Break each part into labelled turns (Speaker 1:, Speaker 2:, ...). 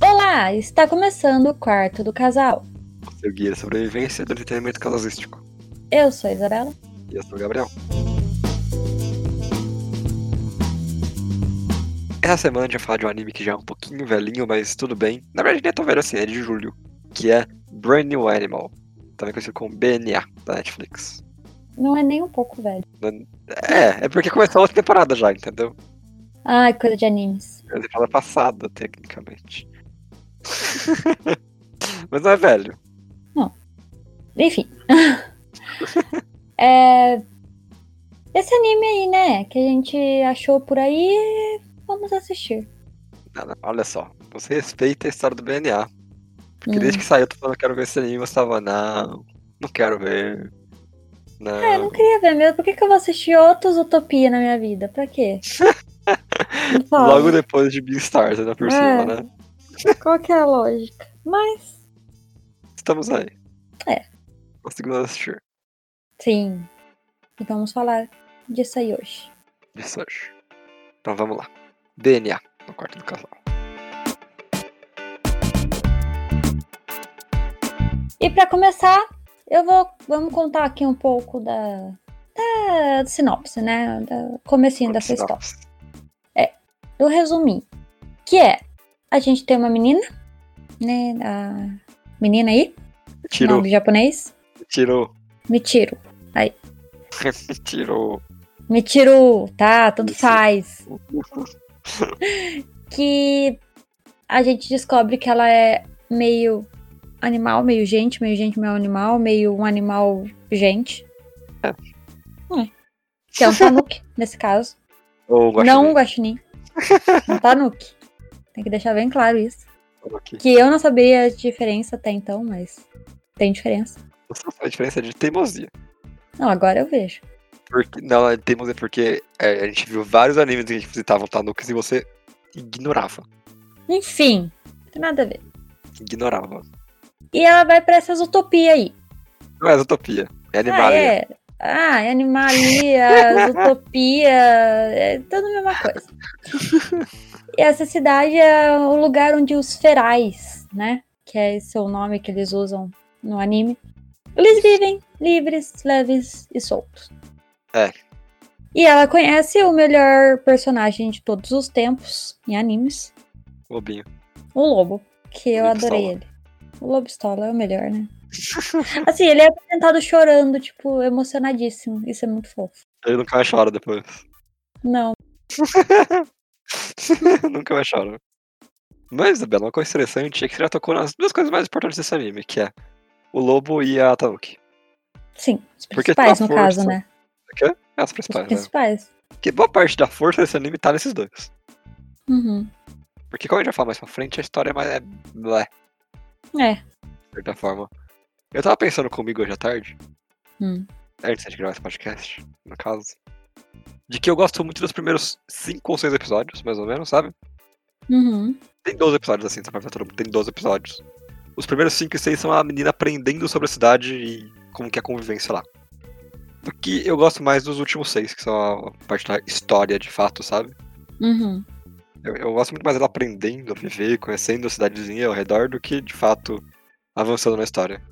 Speaker 1: Olá, está começando o quarto do casal.
Speaker 2: Seu guia de sobrevivência do entretenimento casalístico.
Speaker 1: Eu sou a Isabela.
Speaker 2: E eu sou o Gabriel. Essa semana a gente vai falar de um anime que já é um pouquinho velhinho, mas tudo bem. Na verdade, nem é tão velho assim, é de julho. Que é Brand New Animal. Também conhecido como BNA, da Netflix.
Speaker 1: Não é nem um pouco velho.
Speaker 2: É, é porque começou a outra temporada já, entendeu?
Speaker 1: Ai, coisa de animes.
Speaker 2: É a temporada passada, tecnicamente. mas não é velho.
Speaker 1: Enfim. É, Esse anime aí, né? Que a gente achou por aí. Vamos assistir.
Speaker 2: Não, não, Olha só, você respeita a história do BNA. Porque
Speaker 1: Hum.
Speaker 2: desde que saiu, eu tô falando, quero ver esse anime, você tava, não, não quero ver. Não.
Speaker 1: Ah, eu não queria ver mesmo. Por que, que eu vou assistir outros Utopia na minha vida? Pra quê? Não fala.
Speaker 2: Logo depois de Beastars, ainda por cima,
Speaker 1: É.
Speaker 2: né?
Speaker 1: Qual que é a lógica? Mas,
Speaker 2: Estamos aí.
Speaker 1: É.
Speaker 2: Conseguimos assistir.
Speaker 1: sim. E vamos falar disso aí hoje.
Speaker 2: Isso hoje. Então vamos lá. DNA, no quarto do casal.
Speaker 1: E pra começar, eu vou. Vamos contar aqui um pouco da. Da sinopse, né? Da comecinho dessa história.
Speaker 2: Sinopse.
Speaker 1: do resuminho. Que é, a gente tem uma menina, né? A menina aí,
Speaker 2: Tirou,
Speaker 1: nome japonês.
Speaker 2: tirou,
Speaker 1: Michiro.
Speaker 2: tirou.
Speaker 1: Michiro, tá? Tanto
Speaker 2: Michiro.
Speaker 1: faz. Que a gente descobre que ela é meio animal, meio gente, meio gente, meio animal, meio um animal gente.
Speaker 2: É.
Speaker 1: É. Que é um tanuki, nesse caso.
Speaker 2: Ou gosto
Speaker 1: Não um guaxinim. Um tanuki. Tem que deixar bem claro isso.
Speaker 2: de- aqui.
Speaker 1: Que eu não sabia a diferença até então, mas tem diferença.
Speaker 2: Você não sabe a diferença de teimosia.
Speaker 1: Não, agora eu vejo.
Speaker 2: Porque, não, é teimosia porque é, a gente viu vários animes que a gente visitava Tanukis e você ignorava.
Speaker 1: Enfim, não tem nada a ver.
Speaker 2: Ignorava.
Speaker 1: E ela vai pra essas utopias aí.
Speaker 2: Não é utopia. É
Speaker 1: Ah,
Speaker 2: animalia.
Speaker 1: é. Ah, é animalia, utopia, é tudo a mesma coisa. E essa cidade é o lugar onde os ferais, né? Que é esse o nome que eles usam no anime. Eles vivem livres, leves e soltos.
Speaker 2: É.
Speaker 1: E ela conhece o melhor personagem de todos os tempos em animes,
Speaker 2: Bobinho.
Speaker 1: o lobo, que eu
Speaker 2: Lobistola.
Speaker 1: adorei ele. O lobistola é o melhor, né? assim, ele é apresentado chorando, tipo, emocionadíssimo. Isso é muito fofo.
Speaker 2: Ele nunca mais chora depois.
Speaker 1: Não.
Speaker 2: nunca mais chora. Mas, Isabela, uma coisa interessante é que você já tocou nas duas coisas mais importantes desse anime, que é o lobo e a Tanuki.
Speaker 1: Sim, os
Speaker 2: Porque
Speaker 1: principais,
Speaker 2: tá
Speaker 1: no
Speaker 2: força,
Speaker 1: caso, né?
Speaker 2: É as
Speaker 1: Os
Speaker 2: principais, né?
Speaker 1: principais.
Speaker 2: Porque boa parte da força desse anime tá nesses dois.
Speaker 1: Uhum.
Speaker 2: Porque, como a gente vai falar mais pra frente, a história é mais. É, blé,
Speaker 1: É.
Speaker 2: de certa forma. Eu tava pensando comigo hoje à tarde,
Speaker 1: Hum.
Speaker 2: antes de gravar esse podcast, no caso, de que eu gosto muito dos primeiros 5 ou 6 episódios, mais ou menos, sabe?
Speaker 1: Uhum.
Speaker 2: Tem 12 episódios assim, só pra avisar todo mundo, tem 12 episódios. Os primeiros 5 e 6 são a menina aprendendo sobre a cidade e como que é a convivência lá. Do que eu gosto mais dos últimos 6, que são a parte da história de fato, sabe?
Speaker 1: Uhum.
Speaker 2: Eu, eu gosto muito mais dela aprendendo a viver, conhecendo a cidadezinha ao redor, do que de fato avançando na história.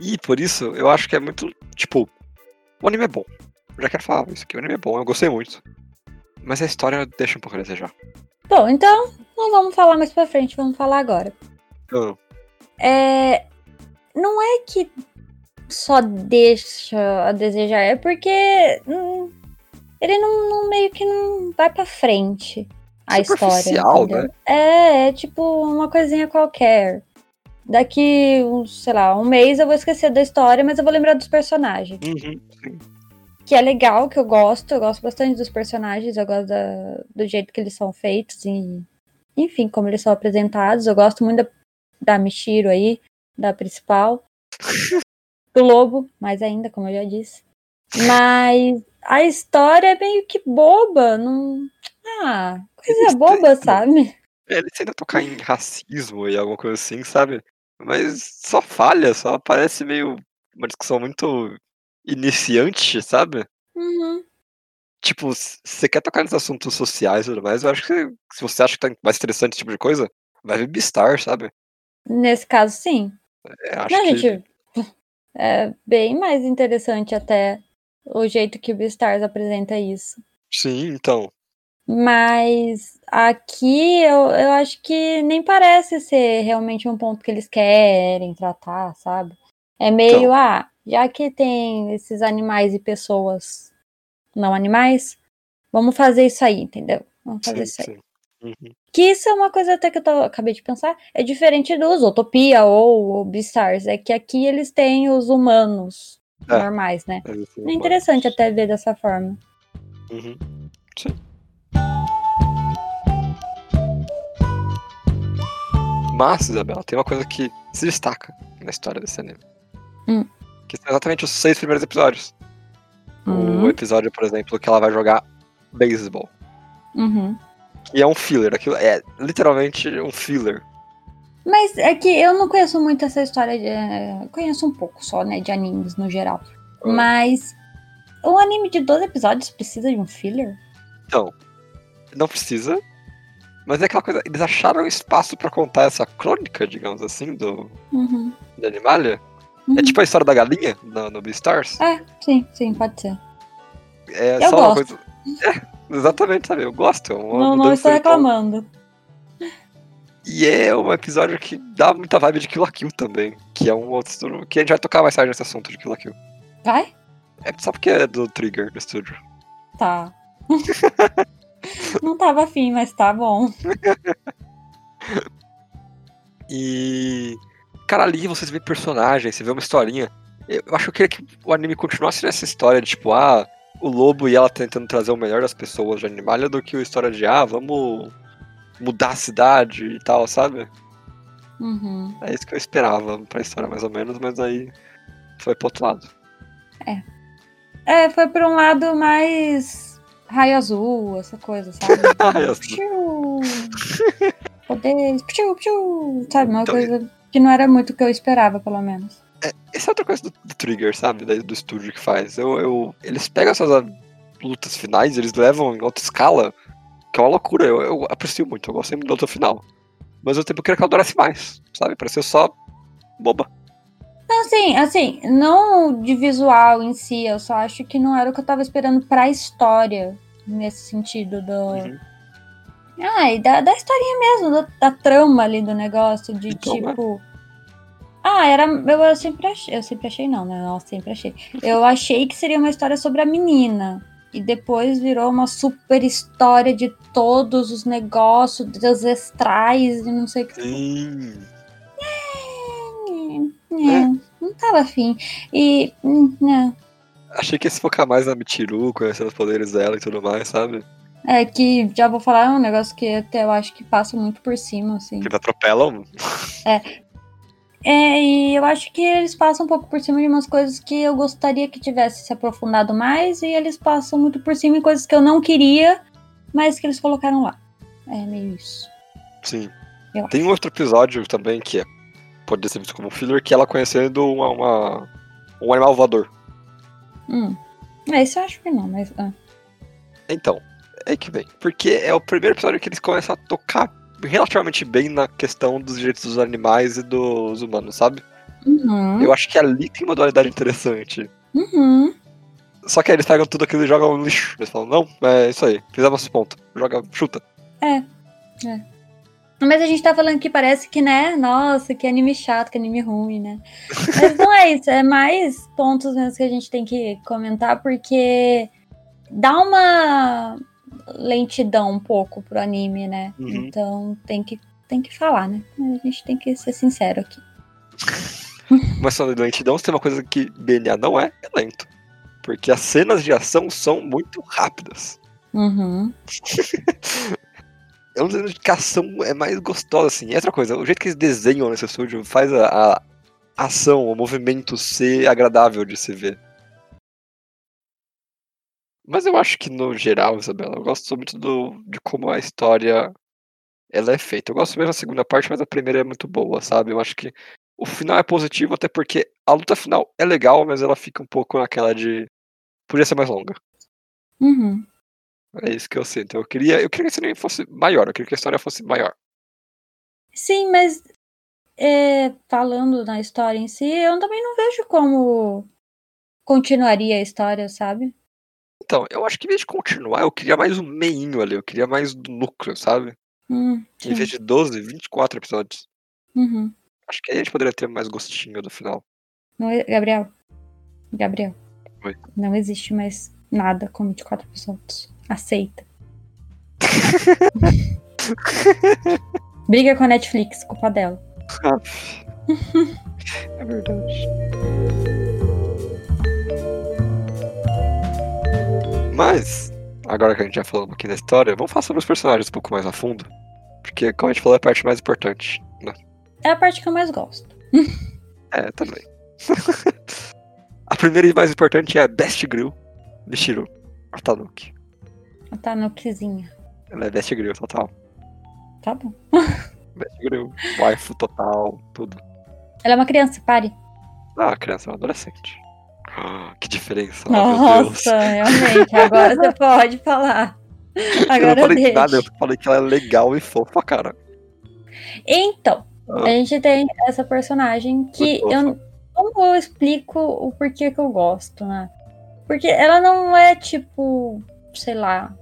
Speaker 2: E por isso, eu acho que é muito. Tipo, o anime é bom. Eu já quero falar isso aqui, o anime é bom, eu gostei muito. Mas a história deixa um pouco a desejar.
Speaker 1: Bom, então, não vamos falar mais pra frente, vamos falar agora.
Speaker 2: Então,
Speaker 1: É. Não é que só deixa a desejar, é porque. hum, ele não, não- meio que não vai pra frente a história.
Speaker 2: Superficial,
Speaker 1: entendeu? É, é tipo uma coisinha qualquer. Daqui, um, sei lá, um mês eu vou esquecer da história, mas eu vou lembrar dos personagens.
Speaker 2: uhum.
Speaker 1: Que é legal, que eu gosto, eu gosto bastante dos personagens, eu gosto da- do jeito que eles são feitos e. Enfim, como eles são apresentados. Eu gosto muito da, da Michiro aí, da principal. do Lobo, mais ainda, como eu já disse. Mas a história é meio que boba, não. Ah, coisa
Speaker 2: Estranho.
Speaker 1: boba, sabe?
Speaker 2: É, Ele tenta tocar em racismo e alguma coisa assim, sabe? Mas só falha, só parece meio uma discussão muito iniciante, sabe?
Speaker 1: Uhum.
Speaker 2: Tipo, se você quer tocar nos assuntos sociais e tudo mais, eu acho que se você acha que tá mais interessante esse tipo de coisa, Vai ver Beastar, sabe?
Speaker 1: Nesse caso, sim.
Speaker 2: É, acho
Speaker 1: Não,
Speaker 2: que
Speaker 1: gente, é bem mais interessante até o jeito que o Beastars apresenta isso.
Speaker 2: sim, então.
Speaker 1: Mas aqui eu, eu acho que nem parece ser realmente um ponto que eles querem tratar, sabe? É meio,
Speaker 2: Então.
Speaker 1: ah, já que tem esses animais e pessoas não animais, vamos fazer isso aí, entendeu? Vamos fazer
Speaker 2: Sim,
Speaker 1: isso aí.
Speaker 2: sim. Uhum.
Speaker 1: Que isso é uma coisa até que eu tava- acabei de pensar. É diferente do Zootopia ou o Beastars. É que aqui eles têm os humanos
Speaker 2: É.
Speaker 1: normais, né?
Speaker 2: Mas, assim,
Speaker 1: É interessante até ver dessa forma.
Speaker 2: Uhum. Mas, Isabela, tem uma coisa que se destaca na história desse anime.
Speaker 1: Hum.
Speaker 2: Que são exatamente os seis primeiros episódios. O episódio, por exemplo, que ela vai jogar beisebol.
Speaker 1: Uhum.
Speaker 2: Que é um filler. Aquilo é literalmente um filler.
Speaker 1: Mas é que eu não conheço muito essa história de. eh, Conheço um pouco só, né? De animes no geral.
Speaker 2: Hum.
Speaker 1: Mas. Um anime de 12 episódios precisa de um filler?
Speaker 2: Então, não precisa. Mas é aquela coisa. Eles acharam espaço pra contar essa crônica, digamos assim, do,
Speaker 1: Uhum.
Speaker 2: da Animalia. É
Speaker 1: Uhum.
Speaker 2: tipo a história da galinha no, no Beastars.
Speaker 1: É, sim, sim, pode ser.
Speaker 2: É
Speaker 1: Eu
Speaker 2: só uma
Speaker 1: gosto.
Speaker 2: coisa. É, exatamente, sabe? Eu gosto. É uma
Speaker 1: não, não
Speaker 2: mudança
Speaker 1: estou
Speaker 2: de tom.
Speaker 1: reclamando.
Speaker 2: E é um episódio que dá muita vibe de Kill la Kill também. Que é um outro. Que a gente vai tocar mais tarde nesse assunto de Kill la Kill.
Speaker 1: Vai?
Speaker 2: É só porque é do Trigger do estúdio.
Speaker 1: Tá. não tava afim, mas tá bom.
Speaker 2: E. Cara, ali vocês vê personagens, você vê uma historinha. Eu eu acho que eu queria que o anime continuasse nessa história de tipo, ah, o lobo e ela tentando trazer o melhor das pessoas de animalha do que a história de, ah, vamos mudar a cidade e tal, sabe?
Speaker 1: Uhum.
Speaker 2: É isso que eu esperava pra história, mais ou menos, mas aí foi pro outro lado.
Speaker 1: É, foi por um lado mais raio azul, essa coisa, sabe?
Speaker 2: Raio azul.
Speaker 1: Pshiu! Poderes, pshiu, pshiu, sabe? Uma
Speaker 2: Então,
Speaker 1: coisa que não era muito o que eu esperava, pelo menos.
Speaker 2: Essa é outra coisa do, do Trigger, sabe? Da- Do estúdio que faz. Eu, eu- eles pegam essas ah, lutas finais, eles levam em alta escala, que é uma loucura. Eu, eu aprecio muito, eu gosto muito da luta final. Mas ao tempo eu queria que ela durasse mais, sabe? Pareceu só boba.
Speaker 1: Não, assim, assim, não de visual em si, eu só acho que não era o que eu tava esperando pra história, nesse sentido do...
Speaker 2: Uhum.
Speaker 1: Ah, e da, da historinha mesmo, da, da trama ali do negócio, de
Speaker 2: Então, né?
Speaker 1: tipo. Ah, era. Eu, eu sempre achei. Eu sempre achei, não, né? Eu sempre achei. Eu achei que seria uma história sobre a menina. E depois virou uma super história de todos os negócios, dos estrais e não sei o que.
Speaker 2: Sim.
Speaker 1: É, é, não tava afim. E. hum, né,
Speaker 2: Achei que ia se focar mais na Michiru, conhecendo os poderes dela e tudo mais, sabe?
Speaker 1: É que já vou falar, é um negócio que até eu acho que passa muito por cima, assim.
Speaker 2: Que eles Tipo, atropelam.
Speaker 1: É, e eu acho que eles passam um pouco por cima de umas coisas que eu gostaria que tivesse se aprofundado mais, e eles passam muito por cima em coisas que eu não queria, mas que eles colocaram lá. É meio isso.
Speaker 2: Sim.
Speaker 1: Eu
Speaker 2: Tem um outro episódio também que é, pode ser visto como um filler, que é ela conhecendo uma, uma- um animal voador.
Speaker 1: Hum. É, isso eu acho que não, mas. ah.
Speaker 2: Então, é que vem. Porque é o primeiro episódio que eles começam a tocar relativamente bem na questão dos direitos dos animais e dos humanos, sabe?
Speaker 1: Uhum.
Speaker 2: Eu acho que ali tem uma dualidade interessante.
Speaker 1: Uhum.
Speaker 2: Só que aí eles pegam tudo aquilo e jogam no lixo. Eles falam, não, é isso aí, fizemos esse ponto. Joga, chuta.
Speaker 1: Mas a gente tá falando que parece que, né? Nossa, que anime chato, que anime ruim, né? Mas não é isso, é mais pontos mesmo que a gente tem que comentar, porque dá uma lentidão um pouco pro anime, né?
Speaker 2: Uhum.
Speaker 1: Então tem que, tem que falar, né? A gente tem que ser sincero aqui.
Speaker 2: Mas falando de lentidão, se tem uma coisa que DNA não é, é lento. Porque as cenas de ação são muito rápidas.
Speaker 1: Uhum.
Speaker 2: É uma dedicação é mais gostosa, assim. E outra coisa, o jeito que eles desenham nesse estúdio faz a, a ação, o movimento ser agradável de se ver. Mas eu acho que, no geral, Isabela, eu gosto muito do, de como a história ela é feita. Eu gosto mesmo da segunda parte, mas a primeira é muito boa, sabe? Eu acho que o final é positivo, até porque a luta final é legal, mas ela fica um pouco naquela de. Podia ser mais longa.
Speaker 1: Uhum.
Speaker 2: É isso que eu sinto. Eu queria, eu queria que esse anime fosse maior, eu queria que a história fosse maior.
Speaker 1: Sim, mas é, falando na história em si, eu também não vejo como continuaria a história, sabe?
Speaker 2: Então, eu acho que em vez de continuar, eu queria mais um meinho ali, eu queria mais do núcleo, sabe?
Speaker 1: Hum,
Speaker 2: Em vez de 12, 24 episódios.
Speaker 1: uhum.
Speaker 2: Acho que aí a gente poderia ter mais gostinho do final.
Speaker 1: Não e- Gabriel. Gabriel.
Speaker 2: Oi.
Speaker 1: Não existe mais nada com 24 pessoas. Aceita. Briga com a Netflix, culpa dela.
Speaker 2: É verdade. Mas, agora que a gente já falou um pouquinho da história, vamos falar sobre os personagens um pouco mais a fundo. Porque, como a gente falou, é a parte mais importante. né?
Speaker 1: É a parte que eu mais gosto.
Speaker 2: É, também. a primeira e mais importante é a Best Grill de Shiro. A Tanuki.
Speaker 1: Ela Tá no quizinha.
Speaker 2: Ela é Best Grill total.
Speaker 1: Tá bom.
Speaker 2: Best Grill, waifu total, tudo.
Speaker 1: Ela é uma criança, pare.
Speaker 2: Ah, criança, é um adolescente. Ah, que diferença, meu Deus.
Speaker 1: Nossa, realmente. Agora você pode falar.
Speaker 2: eu
Speaker 1: Agora
Speaker 2: não
Speaker 1: eu,
Speaker 2: falei
Speaker 1: deixo.
Speaker 2: nada, eu falei que ela é legal e fofa, cara.
Speaker 1: Então,
Speaker 2: Ah.
Speaker 1: a gente tem essa personagem que
Speaker 2: Muito
Speaker 1: eu. Como eu explico o porquê que eu gosto, né? Porque ela não é tipo, sei lá,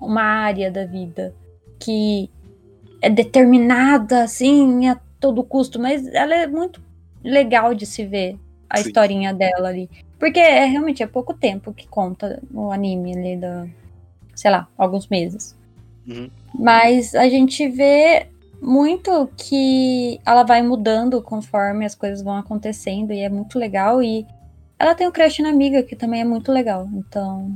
Speaker 1: uma área da vida que é determinada assim a todo custo, mas ela é muito legal de se ver a
Speaker 2: Sim.
Speaker 1: historinha dela ali. Porque é realmente é pouco tempo que conta no anime ali da, sei lá, alguns meses.
Speaker 2: Uhum.
Speaker 1: Mas a gente vê muito que ela vai mudando conforme as coisas vão acontecendo e é muito legal e ela tem o crush na amiga que também é muito legal. Então,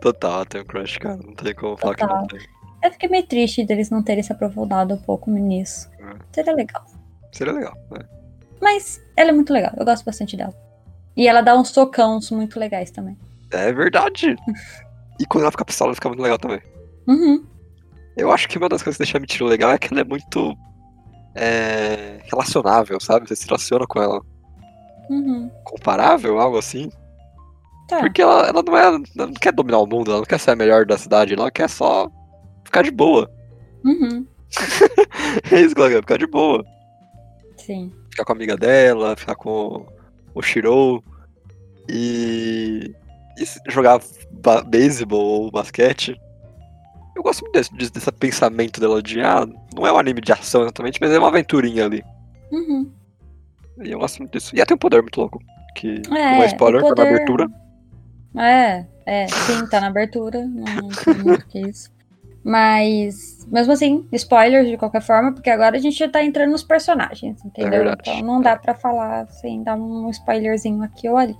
Speaker 2: Total, tem um crush, cara. Não tem como falar que não tem.
Speaker 1: eu fiquei meio triste deles não terem se aprofundado um pouco nisso.
Speaker 2: É.
Speaker 1: Seria legal.
Speaker 2: Seria legal, né?
Speaker 1: Mas ela é muito legal, eu gosto bastante dela. E ela dá uns socãos muito legais também.
Speaker 2: É verdade. E quando ela fica pistola, ela fica muito legal também.
Speaker 1: Uhum.
Speaker 2: Eu acho que uma das coisas que deixa a mentira legal é que ela é muito é, relacionável, sabe? Você se relaciona com ela.
Speaker 1: Uhum.
Speaker 2: Comparável, algo assim.
Speaker 1: Tá.
Speaker 2: Porque ela, ela não é. Ela não quer dominar o mundo, ela não quer ser a melhor da cidade, ela quer só ficar de boa.
Speaker 1: Uhum.
Speaker 2: É isso que ela quer, ficar de boa.
Speaker 1: Sim.
Speaker 2: ficar com a amiga dela, ficar com o Shirou e, e se- jogar ba- beisebol ou basquete. Eu gosto muito desse, desse, desse pensamento dela de, ah, não é um anime de ação exatamente, mas é uma aventurinha ali.
Speaker 1: Uhum.
Speaker 2: E eu gosto muito disso. E ela tem um poder muito louco, que não
Speaker 1: o
Speaker 2: é spoiler, tá na
Speaker 1: poder-
Speaker 2: abertura.
Speaker 1: É, é, sim, tá na abertura, não tem muito que isso. Mas, mesmo assim, spoilers de qualquer forma, porque agora a gente já tá entrando nos personagens, entendeu?
Speaker 2: É verdade.
Speaker 1: então não dá pra falar sem dar um spoilerzinho aqui ou ali.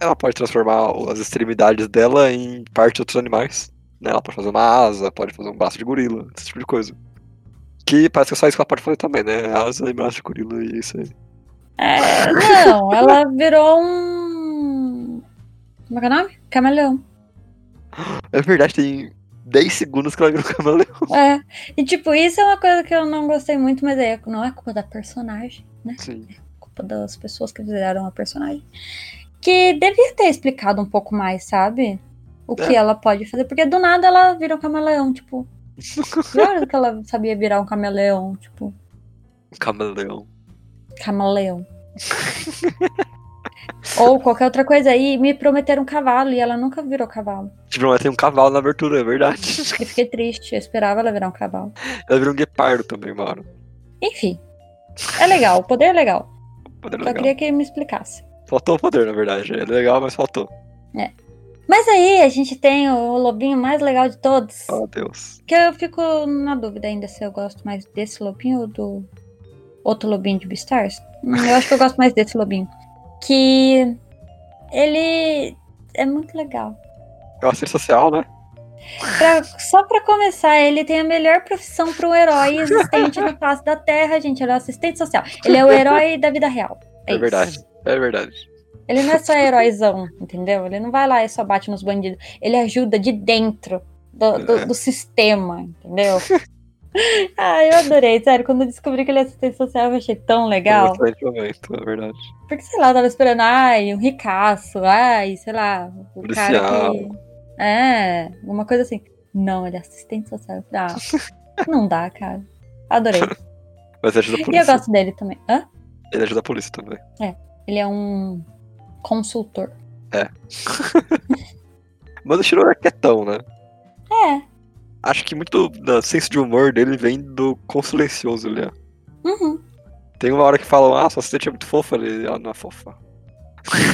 Speaker 2: Ela pode transformar o- as extremidades dela em parte de outros animais. Né? Ela pode fazer uma asa, pode fazer um braço de gorila, esse tipo de coisa. Que parece que é só isso que ela pode fazer também, né? Asa e braço de gorila e isso aí.
Speaker 1: É, não, ela virou um. Como é que é o nome? Camaleão.
Speaker 2: É verdade, tem 10 segundos que ela virou um camaleão.
Speaker 1: É. E, tipo, isso é uma coisa que eu não gostei muito, mas aí não é culpa da personagem, né?
Speaker 2: Sim.
Speaker 1: culpa das pessoas que fizeram a personagem. Que devia ter explicado um pouco mais, sabe? O que
Speaker 2: É.
Speaker 1: ela pode fazer. Porque do nada ela vira um camaleão, tipo. Claro que ela sabia virar um camaleão, tipo,
Speaker 2: um Camaleão.
Speaker 1: camaleão. Ou qualquer outra coisa aí, me prometeram um cavalo e ela nunca virou cavalo.
Speaker 2: Tipo, ela tem um cavalo na abertura, é verdade.
Speaker 1: Eu fiquei triste, eu esperava ela virar um cavalo.
Speaker 2: Ela virou um guepardo também, mano.
Speaker 1: Enfim, é legal, o poder é legal.
Speaker 2: Um Poder
Speaker 1: Só
Speaker 2: legal.
Speaker 1: queria que ele me explicasse.
Speaker 2: Faltou o poder, na verdade. É legal, mas faltou.
Speaker 1: Mas aí a gente tem o lobinho mais legal de todos.
Speaker 2: Oh, Deus.
Speaker 1: Que eu fico na dúvida ainda se eu gosto mais desse lobinho ou do outro lobinho de Beastars. Hum, Eu acho que eu gosto mais desse lobinho. Que ele é muito legal.
Speaker 2: É uma assistência social, né?
Speaker 1: Pra- só pra começar, ele tem a melhor profissão para um herói existente na face da Terra, gente. Ele é o assistente social. Ele é o herói da vida real.
Speaker 2: É
Speaker 1: isso.
Speaker 2: verdade. É verdade.
Speaker 1: Ele não é só heróizão, entendeu? Ele não vai lá e só bate nos bandidos. Ele ajuda de dentro do, do-
Speaker 2: É.
Speaker 1: do sistema, entendeu? ah, eu adorei, sério. Quando eu descobri que ele é assistente social, eu achei tão legal.
Speaker 2: Foi um excelente momento, é verdade.
Speaker 1: Porque, sei lá, eu tava esperando, ai, um ricaço, ai, sei lá, o cara
Speaker 2: Policial.
Speaker 1: que. É, alguma coisa assim. Não, ele é assistente social. Eu falei, Ah, não dá, cara. Adorei.
Speaker 2: Mas ele ajuda a
Speaker 1: E eu
Speaker 2: polícia.
Speaker 1: gosto dele também. Hã?
Speaker 2: Ele ajuda a polícia também.
Speaker 1: Ele é um consultor.
Speaker 2: Mas o Shiro é quietão, né?
Speaker 1: É.
Speaker 2: Acho que muito do do senso de humor dele vem do quão silencioso ele é.
Speaker 1: Uhum.
Speaker 2: Tem uma hora que falam, ah, sua assistente é muito fofa. Ele, ah, não é fofa.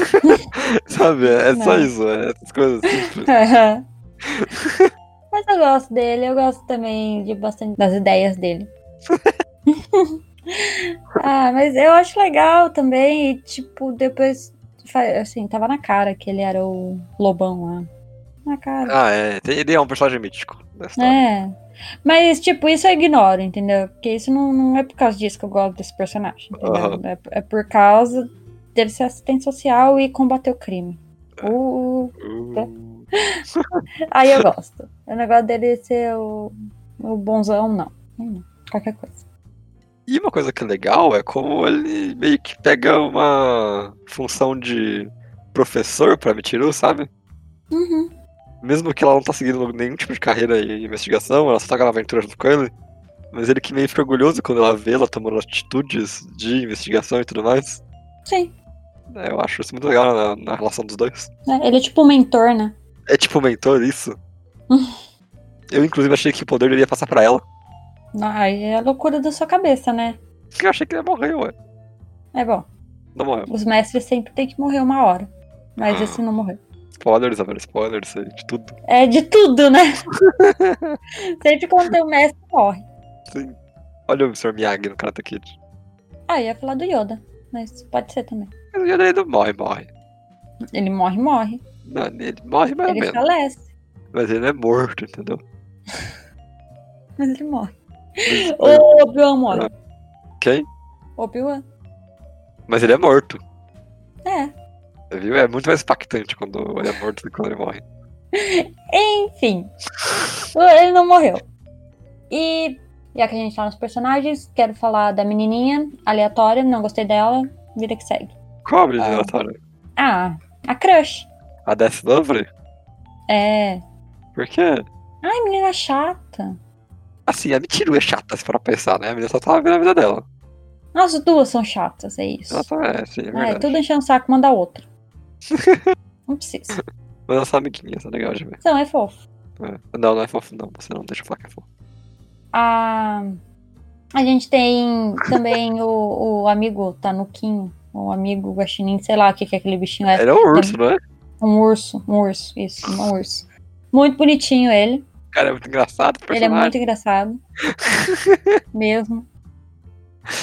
Speaker 2: Sabe? É só
Speaker 1: Não.
Speaker 2: isso, é essas coisas simples.
Speaker 1: Mas eu gosto dele, eu gosto também de bastante das ideias dele. ah, mas eu acho legal também, e tipo, depois, fa- assim, tava na cara que ele era o lobão lá. Na cara.
Speaker 2: Ah, é. tem- Ele é um personagem mítico. da história.
Speaker 1: É. Mas, tipo, isso eu ignoro, entendeu? Porque isso não, não é por causa disso que eu gosto desse personagem, entendeu?
Speaker 2: Aham.
Speaker 1: É, é por causa dele ser assistente social e combater o crime. Uh,
Speaker 2: Uh,
Speaker 1: aí eu gosto. O negócio dele é ser o, o bonzão, não. Hum, Qualquer coisa.
Speaker 2: E uma coisa que é legal é como ele meio que pega uma função de professor pra Michiru, sabe?
Speaker 1: Uhum.
Speaker 2: Mesmo que ela não tá seguindo nenhum tipo de carreira em investigação, ela só tá com a aventura junto com ele. Mas ele que meio fica orgulhoso quando ela vê ela tomando atitudes de investigação e tudo mais.
Speaker 1: Sim.
Speaker 2: É, Eu acho isso muito legal na, na relação dos dois.
Speaker 1: né? Ele é tipo um mentor, né?
Speaker 2: É tipo um mentor isso. Eu inclusive achei que o poder dele ia passar pra ela.
Speaker 1: Aí é a loucura da sua cabeça, né?
Speaker 2: Porque eu achei que ele ia morrer, ué.
Speaker 1: É bom.
Speaker 2: Não morreu.
Speaker 1: Os mestres sempre tem que morrer uma hora. Mas esse não morreu.
Speaker 2: Spoilers, Isabela, spoilers aí de tudo.
Speaker 1: É de tudo, né? sempre quando tem um mestre, morre.
Speaker 2: Sim. Olha o Sr. Miyagi no Karate Kid.
Speaker 1: Ah, eu ia falar do Yoda, mas pode ser também.
Speaker 2: Mas o Yoda não morre, morre.
Speaker 1: Ele morre, morre.
Speaker 2: Não, ele morre mais ou
Speaker 1: ele
Speaker 2: menos.
Speaker 1: falece,
Speaker 2: Mas ele é morto, entendeu?
Speaker 1: mas ele morre.
Speaker 2: Mas-
Speaker 1: O Obi-Wan morre.
Speaker 2: Quem?
Speaker 1: Obi-Wan.
Speaker 2: Mas ele é morto.
Speaker 1: É.
Speaker 2: Viu? É muito mais impactante quando ele é morto do que quando ele morre.
Speaker 1: Enfim. ele não morreu. E já que a gente tá nos personagens, quero falar da menininha aleatória, não gostei dela, vida que segue.
Speaker 2: Cobre,
Speaker 1: Ah.
Speaker 2: né, Otário?
Speaker 1: Ah, a crush.
Speaker 2: A Death Lovely?
Speaker 1: É.
Speaker 2: Por quê?
Speaker 1: Ai, menina chata.
Speaker 2: Assim, a Michiru é chata se for pra pensar, né? A menina só tava vendo a vida dela.
Speaker 1: As duas são chatas, é isso.
Speaker 2: Ela só é, sim, é
Speaker 1: Ah, é
Speaker 2: verdade.
Speaker 1: tudo enchendo o saco uma da outra. não precisa.
Speaker 2: Mas ela só é amiguinha, isso é legal de ver.
Speaker 1: Não, é fofo.
Speaker 2: É. Não, não é fofo, não. Você não deixa eu falar que é fofo.
Speaker 1: A, Ah, a gente tem também o, o amigo Tanuquinho, o amigo guaxinim, sei lá o que, que aquele bichinho é.
Speaker 2: Ele é um urso, não é?
Speaker 1: Um urso, um urso, isso, um urso. Muito bonitinho ele,
Speaker 2: Cara, é muito engraçado. o
Speaker 1: ele é
Speaker 2: Personagem.
Speaker 1: muito engraçado. mesmo.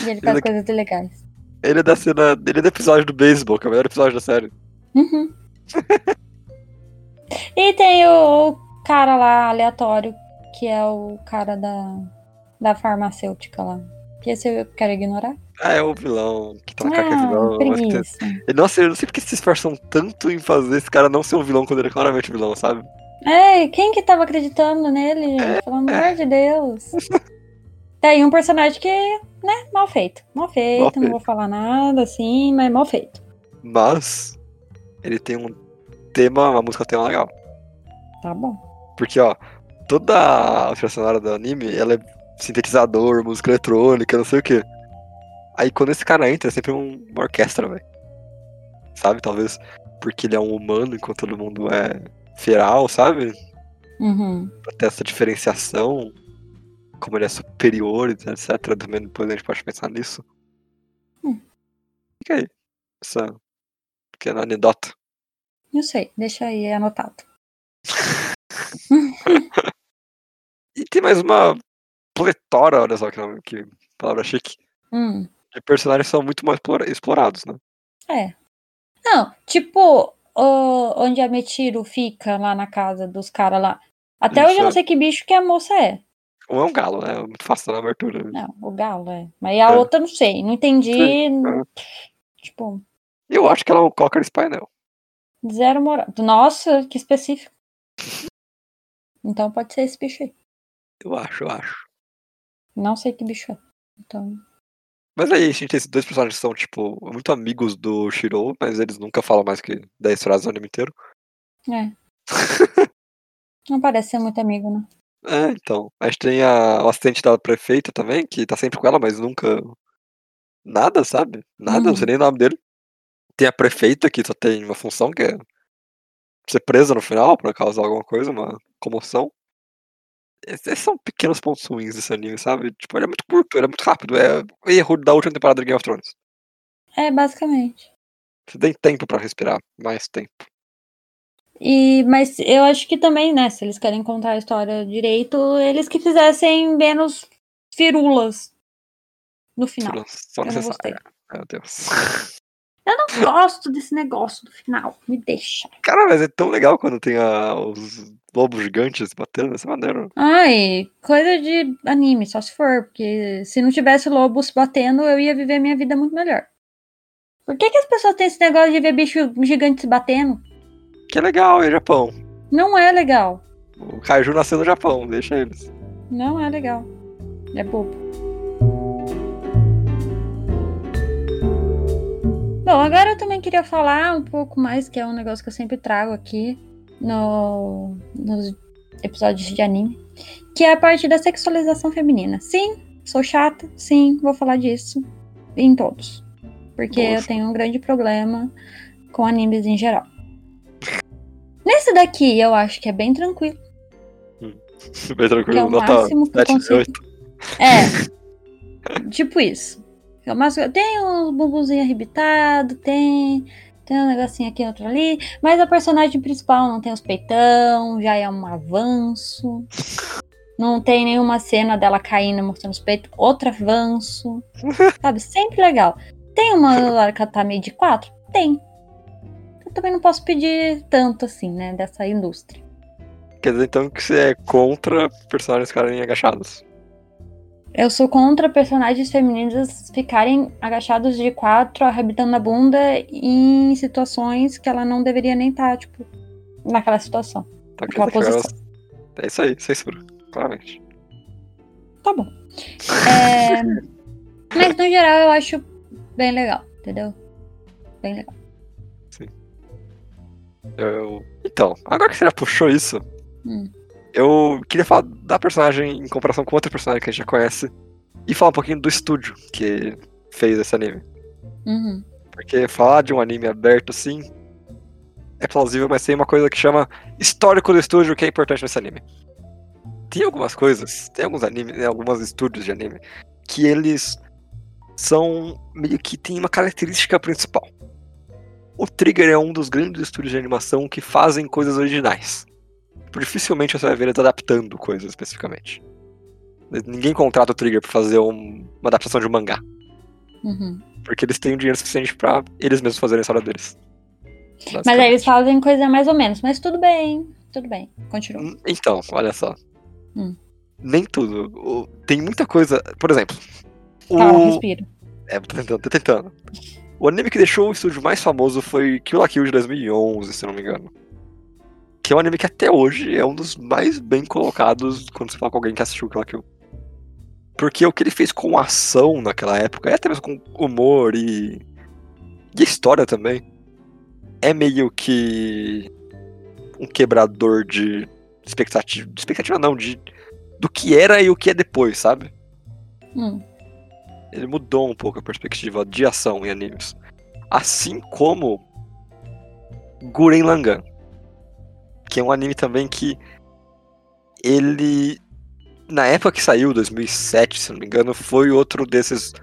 Speaker 1: E ele faz
Speaker 2: Ele-
Speaker 1: coisas legais.
Speaker 2: Ele é da cena. Ele é do episódio do beisebol, que é o melhor episódio da série.
Speaker 1: Uhum. e tem o, o cara lá aleatório, que é o cara da, da farmacêutica lá. Que esse eu quero ignorar.
Speaker 2: Ah, é o vilão que tá na cara que é
Speaker 1: Ah,
Speaker 2: vilão. mas que tem-
Speaker 1: preguiça.
Speaker 2: Eu- Nossa, eu não sei porque se esforçam tanto em fazer esse cara não ser um vilão quando ele é claramente vilão, sabe?
Speaker 1: É, quem que tava acreditando nele, gente? Pelo amor de Deus. Tem um personagem que, né, mal feito. Mal feito,
Speaker 2: Mal
Speaker 1: não
Speaker 2: feito.
Speaker 1: vou falar nada assim, mas mal feito.
Speaker 2: Mas ele tem um tema, uma música tema legal.
Speaker 1: Tá bom.
Speaker 2: Porque, ó, toda a trilha sonora do anime, ela é sintetizador, música eletrônica, não sei o quê. Aí quando esse cara entra, é sempre um- uma orquestra, velho. Sabe? Talvez porque ele é um humano enquanto todo mundo é feral, sabe?
Speaker 1: Uhum.
Speaker 2: Pra ter essa diferenciação, como ele é superior, etc. Também depois a gente pode pensar nisso.
Speaker 1: Hum.
Speaker 2: Fica aí. Essa pequena anedota.
Speaker 1: Não sei, deixa aí anotado.
Speaker 2: E tem mais uma pletora, olha só que, nome- que palavra chique.
Speaker 1: Hum.
Speaker 2: De personagens que são muito mais explora- explorados, né?
Speaker 1: Não, tipo, o- onde a Metiro fica lá na casa dos caras lá. Até hoje eu não
Speaker 2: Isso.
Speaker 1: sei que bicho que a moça é.
Speaker 2: Um é um galo, né? É Muito fácil na abertura.
Speaker 1: Não, o galo é. Mas a
Speaker 2: É.
Speaker 1: outra eu não sei, não entendi.
Speaker 2: é.
Speaker 1: Tipo,
Speaker 2: Eu acho que ela é um cocker spaniel.
Speaker 1: Zero moral. Nossa, que específico. Então pode ser esse bicho aí.
Speaker 2: Eu acho, eu acho.
Speaker 1: Não sei que bicho é. Então.
Speaker 2: Mas aí a gente tem esses dois personagens que são, tipo, muito amigos do Shiro, mas eles nunca falam mais que 10 frases no anime inteiro.
Speaker 1: É. Não parece ser muito amigo, né?
Speaker 2: É, então. A gente tem a, o assistente da prefeita também, que tá sempre com ela, mas nunca. Nada, sabe? Nada, não
Speaker 1: Uhum.
Speaker 2: sei nem o nome dele. Tem a prefeita, que só tem uma função, que é ser presa no final pra causar alguma coisa, uma comoção. Esses são pequenos pontos ruins desse anime, sabe? Tipo, ele é muito curto, ele é muito rápido. É erro da última temporada de Game of Thrones.
Speaker 1: É, basicamente.
Speaker 2: Você tem tempo pra respirar, mais tempo.
Speaker 1: E, mas eu acho que também, né, se eles querem contar a história direito, eles que fizessem menos firulas no final.
Speaker 2: Só
Speaker 1: eu não gostei.
Speaker 2: necessário. Meu Deus.
Speaker 1: Eu não gosto desse negócio do final, me deixa.
Speaker 2: Cara, mas é tão legal quando tem a- os lobos gigantes batendo né? é dessa maneira.
Speaker 1: Ai, coisa de anime, só se for, porque se não tivesse lobos batendo, eu ia viver minha vida muito melhor. Por que, que as pessoas têm esse negócio de ver bicho gigante se batendo?
Speaker 2: Que é legal, é Japão.
Speaker 1: Não é legal.
Speaker 2: O Kaiju nasceu no Japão, deixa eles.
Speaker 1: Não é legal. É bobo. Bom, agora eu também queria falar um pouco mais, que é um negócio que eu sempre trago aqui no, nos episódios de anime, que é a parte da sexualização feminina. Sim, sou chata, sim, vou falar disso em todos. Porque eu
Speaker 2: Nossa.
Speaker 1: tenho um grande problema com animes em geral. Nesse daqui eu acho que é bem tranquilo.
Speaker 2: Bem
Speaker 1: Que é o
Speaker 2: tranquilo, nota
Speaker 1: máximo que eu
Speaker 2: 7,
Speaker 1: consigo.
Speaker 2: 8.
Speaker 1: É. tipo isso. É o máximo- Tem um bumbumzinho arrebitado, tem. Tem um negocinho aqui, outro ali. Mas a personagem principal não tem os peitão, já é um avanço. Não tem nenhuma cena dela caindo mostrando os peitos, outro avanço. Sabe? Sempre legal. Tem uma hora que ela tá meio de quatro? Tem. Eu também não posso pedir tanto assim, né? Dessa indústria.
Speaker 2: Quer dizer então que você é contra personagens ficarem agachados.
Speaker 1: Eu sou contra personagens femininas ficarem agachados de quatro, arrebitando a bunda em situações que ela não deveria nem estar, tipo, naquela situação.
Speaker 2: Tá
Speaker 1: Aquela
Speaker 2: quer dizer que
Speaker 1: posição.
Speaker 2: elas- É isso aí, censura, claramente.
Speaker 1: Tá bom. É, Mas no geral eu acho bem legal, entendeu? Bem legal.
Speaker 2: Eu- Então, agora que você já puxou isso,
Speaker 1: Hum.
Speaker 2: eu queria falar da personagem em comparação com outra personagem que a gente já conhece e falar um pouquinho do estúdio que fez esse anime.
Speaker 1: Uhum.
Speaker 2: Porque falar de um anime aberto assim é plausível, mas tem uma coisa que chama histórico do estúdio que é importante nesse anime. Tem algumas coisas, tem alguns animes, né, alguns estúdios de anime, que eles são meio que tem uma característica principal. O Trigger é um dos grandes estúdios de animação que fazem coisas originais. Tipo, Dificilmente você vai ver eles adaptando coisas especificamente. Ninguém contrata o Trigger pra fazer um- uma adaptação de um mangá.
Speaker 1: Uhum.
Speaker 2: Porque eles têm o dinheiro suficiente pra eles mesmos fazerem a história deles.
Speaker 1: Mas aí
Speaker 2: Basicamente.
Speaker 1: eles fazem coisa mais ou menos, mas tudo bem, tudo bem. Continua.
Speaker 2: Hum, Então, olha só.
Speaker 1: Hum.
Speaker 2: Nem tudo. O- Tem muita coisa. Por exemplo. O...
Speaker 1: Calma, respiro.
Speaker 2: É, tô tentando, tô tentando. O anime que deixou o estúdio mais famoso foi Kill la Kill de 2011, se eu não me engano. Que é um anime que até hoje é um dos mais bem colocados quando você fala com alguém que assistiu Kill la Kill. Porque o que ele fez com ação naquela época, e até mesmo com humor e, e história também, é meio que um quebrador de expectativa. De expectativa não, de do que era e o que é depois, sabe?
Speaker 1: Hum.
Speaker 2: ele mudou um pouco a perspectiva de ação em animes. Assim como Guren Langan, que é um anime também que ele na época que saiu, 2007, se não me engano, foi outro desses,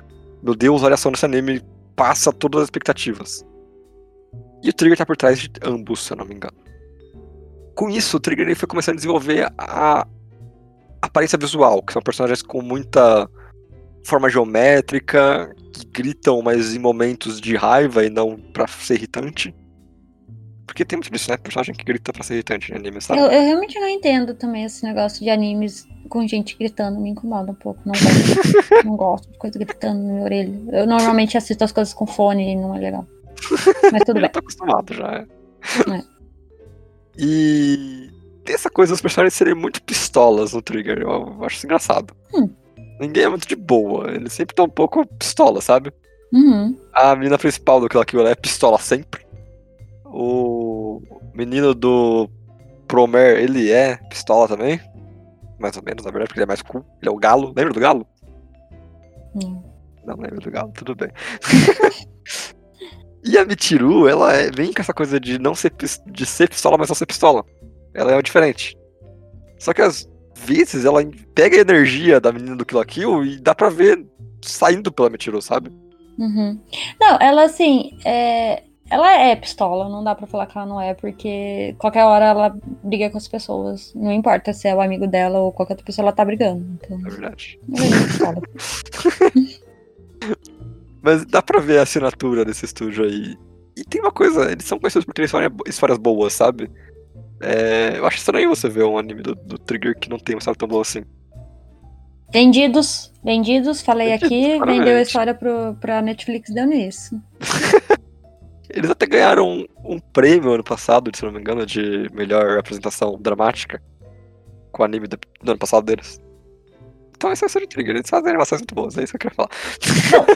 Speaker 2: meu Deus, olha só nesse anime passa todas as expectativas. E o Trigger tá por trás de ambos, se eu não me engano. Com isso, o Trigger ele foi começando a desenvolver a aparência visual, que são personagens com muita forma geométrica, que gritam, mas em momentos de raiva e não pra ser irritante. Porque tem muito disso, né? Personagem que grita pra ser irritante no anime, sabe?
Speaker 1: Eu, eu realmente não entendo também esse negócio de animes com gente gritando, me incomoda um pouco. Não gosto, não gosto de coisa gritando na minha orelha. Eu normalmente assisto as coisas com fone e não é legal. Mas tudo
Speaker 2: Eu já
Speaker 1: bem.
Speaker 2: tô acostumado já. É.
Speaker 1: É.
Speaker 2: E tem essa coisa dos personagens serem muito pistolas no Trigger. Eu acho isso engraçado.
Speaker 1: Hum.
Speaker 2: Ninguém é muito de boa. Ele sempre tá um pouco pistola, sabe?
Speaker 1: Uhum.
Speaker 2: A menina principal do Kill la Kill ela é pistola sempre. O menino do Promer, ele é pistola também. mais ou menos, na verdade, porque ele é mais cool. Ele é o galo. Lembra do galo?
Speaker 1: Hum.
Speaker 2: Não lembro do galo, tudo bem. e a Michiru, ela é, vem com essa coisa de não ser, pis- de ser pistola, mas não ser pistola. Ela é o diferente. Só que às vezes ela pega a energia da menina do Kill la Kill e dá pra ver saindo pela Michiru, sabe?
Speaker 1: Uhum. Não, ela assim, é... ela é pistola, não dá pra falar que ela não é, porque qualquer hora ela briga com as pessoas. Não importa se é o amigo dela ou qualquer outra pessoa, ela tá brigando. Então,
Speaker 2: Na verdade.
Speaker 1: ela é pistola.
Speaker 2: Mas dá pra ver a assinatura desse estúdio aí. E tem uma coisa, eles são conhecidos por terem história- histórias boas, sabe? É, eu acho estranho você ver um anime do, do Trigger que não tem uma história tão boa assim.
Speaker 1: Vendidos, vendidos, falei aqui,
Speaker 2: Vendidos,
Speaker 1: vendeu a
Speaker 2: claramente.
Speaker 1: história pro, pra Netflix dando isso.
Speaker 2: Eles até ganharam um, um prêmio ano passado, se não me engano, de melhor apresentação dramática com o anime do, do ano passado deles. Então esse é o estúdio Trigger, eles fazem animações muito boas, é isso que eu queria falar.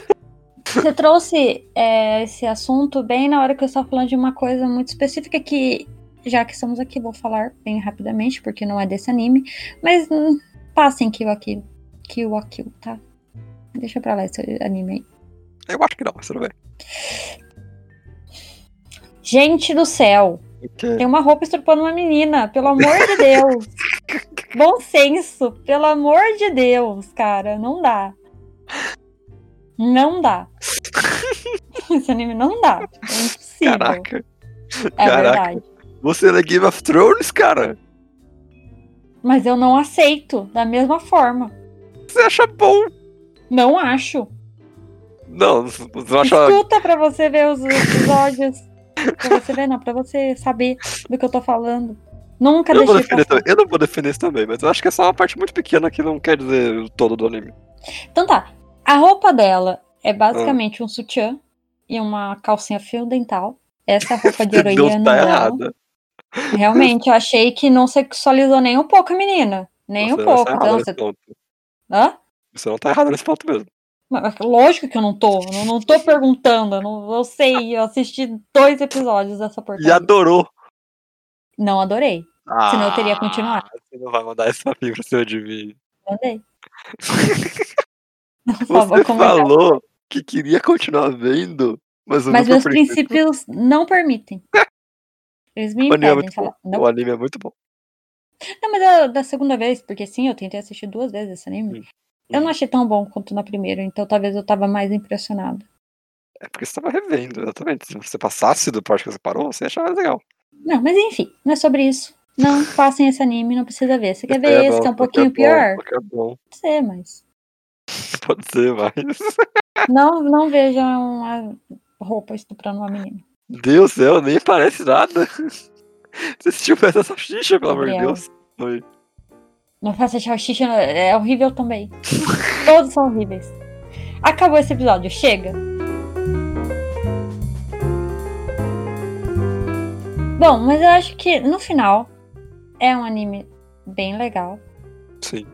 Speaker 1: Você trouxe é, esse assunto bem na hora que eu estava falando de uma coisa muito específica que, já que estamos aqui, vou falar bem rapidamente, porque não é desse anime, mas hum, passem Kill a Kill, Kill a Kill, tá? Deixa pra lá esse anime aí.
Speaker 2: Eu acho que não, mas tudo bem.
Speaker 1: Gente do céu,
Speaker 2: Porque
Speaker 1: tem uma roupa estrupando uma menina, pelo amor de Deus. Bom senso, pelo amor de Deus, cara, não dá. Não dá. Esse anime não dá. É impossível.
Speaker 2: Caraca,
Speaker 1: é
Speaker 2: caraca.
Speaker 1: verdade.
Speaker 2: você é Game of Thrones, cara?
Speaker 1: Mas eu não aceito da mesma forma.
Speaker 2: Você acha bom?
Speaker 1: Não acho.
Speaker 2: Não, você não acha
Speaker 1: Escuta pra você ver os episódios. pra você ver, não, pra você saber do que eu tô falando. Nunca
Speaker 2: Eu não, vou
Speaker 1: deixei
Speaker 2: defender
Speaker 1: passar.
Speaker 2: também. eu não vou defender isso também, mas eu acho que é só uma parte muito pequena que não quer dizer o todo do anime.
Speaker 1: Então tá. A roupa dela
Speaker 2: Ah.
Speaker 1: é basicamente um sutiã e uma calcinha fio dental. Essa roupa de
Speaker 2: Deus
Speaker 1: heroína.
Speaker 2: tá
Speaker 1: não.
Speaker 2: errada.
Speaker 1: Realmente, eu achei que não sexualizou nem um pouco a menina. Nem
Speaker 2: você
Speaker 1: um
Speaker 2: não
Speaker 1: pouco.
Speaker 2: Tá errada
Speaker 1: Então,
Speaker 2: nesse
Speaker 1: você...
Speaker 2: ponto.
Speaker 1: Hã?
Speaker 2: Você não tá errado nesse ponto mesmo.
Speaker 1: Mas Lógico que eu não tô. Eu não tô perguntando. Eu, não, eu sei, eu assisti dois episódios dessa
Speaker 2: E
Speaker 1: porcaria.
Speaker 2: adorou.
Speaker 1: Não adorei. Senão eu teria
Speaker 2: Ah,
Speaker 1: continuado.
Speaker 2: Você não vai mandar essa fibra seu de mim.
Speaker 1: Mandei. Não só vou
Speaker 2: Você
Speaker 1: comentar.
Speaker 2: falou que queria continuar vendo, mas, o
Speaker 1: Mas
Speaker 2: meu
Speaker 1: meus
Speaker 2: princípio-
Speaker 1: princípios não permitem. Eles me
Speaker 2: O anime é
Speaker 1: impedem.
Speaker 2: muito
Speaker 1: Falar, não,
Speaker 2: O anime é muito bom.
Speaker 1: não, mas é da segunda vez, porque sim, eu tentei assistir duas vezes esse anime.
Speaker 2: Hum.
Speaker 1: Eu não achei tão bom quanto na primeira, então talvez eu tava mais impressionada.
Speaker 2: É porque você tava revendo, exatamente. Se você passasse do parte que você parou, você ia achar mais legal.
Speaker 1: Não, mas enfim, não é sobre isso. Não passem esse anime, não precisa ver. Você quer ver esse
Speaker 2: bom,
Speaker 1: que é um
Speaker 2: porque
Speaker 1: pouquinho
Speaker 2: bom,
Speaker 1: pior?
Speaker 2: porque é bom.
Speaker 1: Pode ser, mas.
Speaker 2: Pode ser, mas.
Speaker 1: Não, não veja uma roupa estuprando uma menina.
Speaker 2: Deus do céu, nem parece nada. Você assistiu essa salsicha, pelo amor de
Speaker 1: Gabriel.
Speaker 2: Deus. Foi.
Speaker 1: Não faça salsicha, é horrível também. Todos são horríveis. Acabou esse episódio, chega. Bom, mas eu acho que no final é um anime bem legal.
Speaker 2: Sim,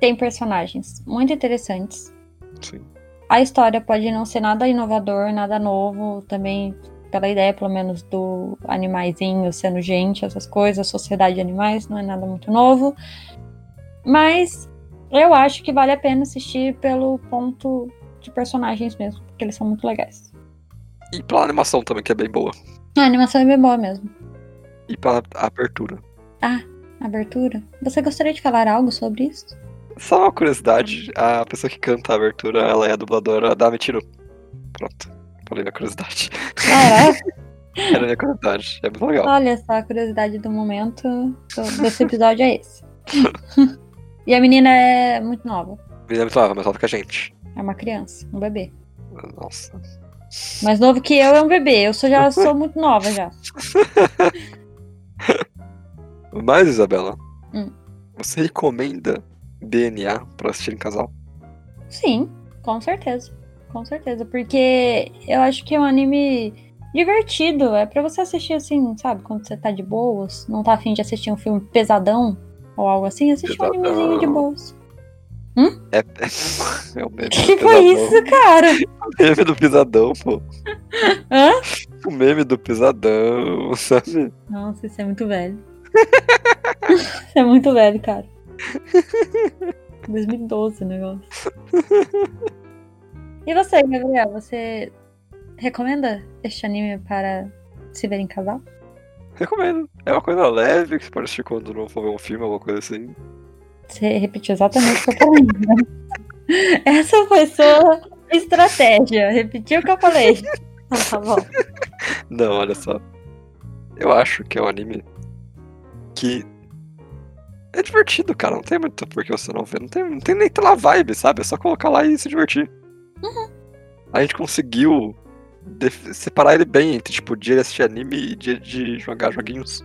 Speaker 1: Tem personagens muito interessantes.
Speaker 2: sim.
Speaker 1: A história pode não ser nada inovador, nada novo, também pela ideia, pelo menos, do animaizinho sendo gente, essas coisas, sociedade de animais, não é nada muito novo. Mas eu acho que vale a pena assistir pelo ponto de personagens mesmo, porque eles são muito legais.
Speaker 2: E pela animação também, que é bem boa.
Speaker 1: A animação é bem boa mesmo.
Speaker 2: E pela abertura.
Speaker 1: A Abertura. Você gostaria de falar algo sobre isso?
Speaker 2: Só uma curiosidade, a pessoa que canta a abertura, ela é a dubladora da Metiru. Pronto. Falei minha curiosidade.
Speaker 1: Caraca,
Speaker 2: Era minha curiosidade. É muito legal.
Speaker 1: olha só a curiosidade do momento do- desse episódio é esse. e a menina é muito nova.
Speaker 2: Ele é muito nova, mais nova que a gente.
Speaker 1: É uma criança, um bebê.
Speaker 2: Nossa.
Speaker 1: Mais novo que eu é um bebê. Eu sou, já sou muito nova já.
Speaker 2: Mas, Isabela,
Speaker 1: Hum.
Speaker 2: você recomenda DNA pra assistir em casal?
Speaker 1: Sim, com certeza. Com certeza. Porque eu acho que é um anime divertido. É pra você assistir assim, sabe? Quando você tá de boas. Não tá afim de assistir um filme pesadão ou algo assim. Assiste um
Speaker 2: Pesadão.
Speaker 1: animezinho de boas.
Speaker 2: É. É, o meme. do
Speaker 1: Que foi
Speaker 2: pesadão.
Speaker 1: isso, cara?
Speaker 2: O meme do pisadão, pô.
Speaker 1: Hã?
Speaker 2: O meme do pisadão, sabe?
Speaker 1: Nossa, isso é muito velho. isso é muito velho, cara. 2012 o negócio. e você, Gabriel, você recomenda este anime para se ver em casal?
Speaker 2: Recomendo. É uma coisa leve que você pode assistir quando não for ver um filme, alguma coisa assim.
Speaker 1: Você repetiu exatamente o que eu falei. né? Essa foi sua estratégia. Repetiu o que eu falei. Então, tá bom.
Speaker 2: Não, olha só. Eu acho que é um anime que é divertido, cara. Não tem muito por que você não ver. Não tem, não tem nem aquela vibe, sabe? É só colocar lá e se divertir. A gente conseguiu def- separar ele bem entre, tipo, dia de assistir anime e dia de jogar joguinhos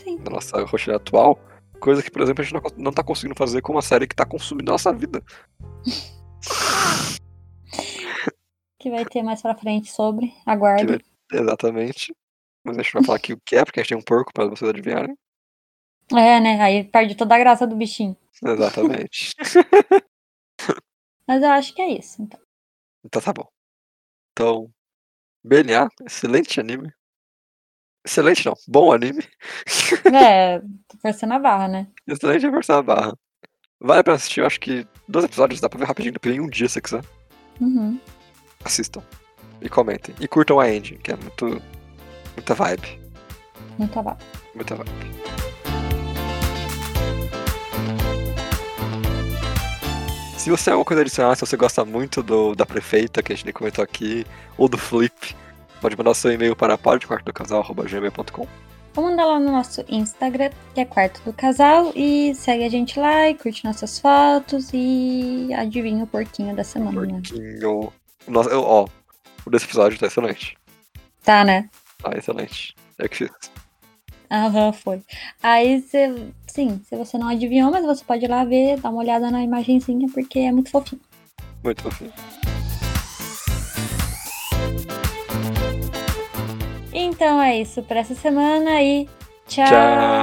Speaker 1: Sim.
Speaker 2: da nossa rotina atual. Coisa que, por exemplo, a gente não, co- não tá conseguindo fazer com uma série que tá consumindo a nossa vida.
Speaker 1: Que vai ter mais pra frente sobre. Aguarde.
Speaker 2: Exatamente. Mas a gente não vai falar aqui o que é, porque a gente tem um porco pra vocês adivinharem.
Speaker 1: É, né? Aí perde toda a graça do bichinho.
Speaker 2: Exatamente.
Speaker 1: Mas eu acho que é isso. Então.
Speaker 2: Então tá bom. Então, BNA, excelente anime. Excelente não, bom anime.
Speaker 1: É, tô forçando a barra, né?
Speaker 2: Excelente é forçar a barra. Vale pra assistir, eu acho que dois episódios dá pra ver rapidinho, em um dia se quiser.
Speaker 1: Uhum.
Speaker 2: Assistam. E comentem. E curtam a ending, que é muito. Muita vibe.
Speaker 1: Muita barra.
Speaker 2: Muita vibe. Se você tem alguma coisa adicional, se você gosta muito do, da prefeita que a gente nem comentou aqui, ou do Flip, pode mandar seu e-mail para podcastdocasal.gmail.com
Speaker 1: Vou mandar lá no nosso Instagram, que é Quarto do Casal, e segue a gente lá e curte nossas fotos e adivinha o porquinho da semana. né?
Speaker 2: Porquinho. Nossa, eu, ó, o desse episódio tá excelente.
Speaker 1: Tá, né?
Speaker 2: Tá excelente. É que fiz.
Speaker 1: Aham, foi. Aí você. Sim, se você não adivinhou, mas você pode ir lá ver, dar uma olhada na imagenzinha, porque é muito fofinho.
Speaker 2: Muito fofinho.
Speaker 1: Então é isso pra essa semana e tchau!
Speaker 2: Tchau!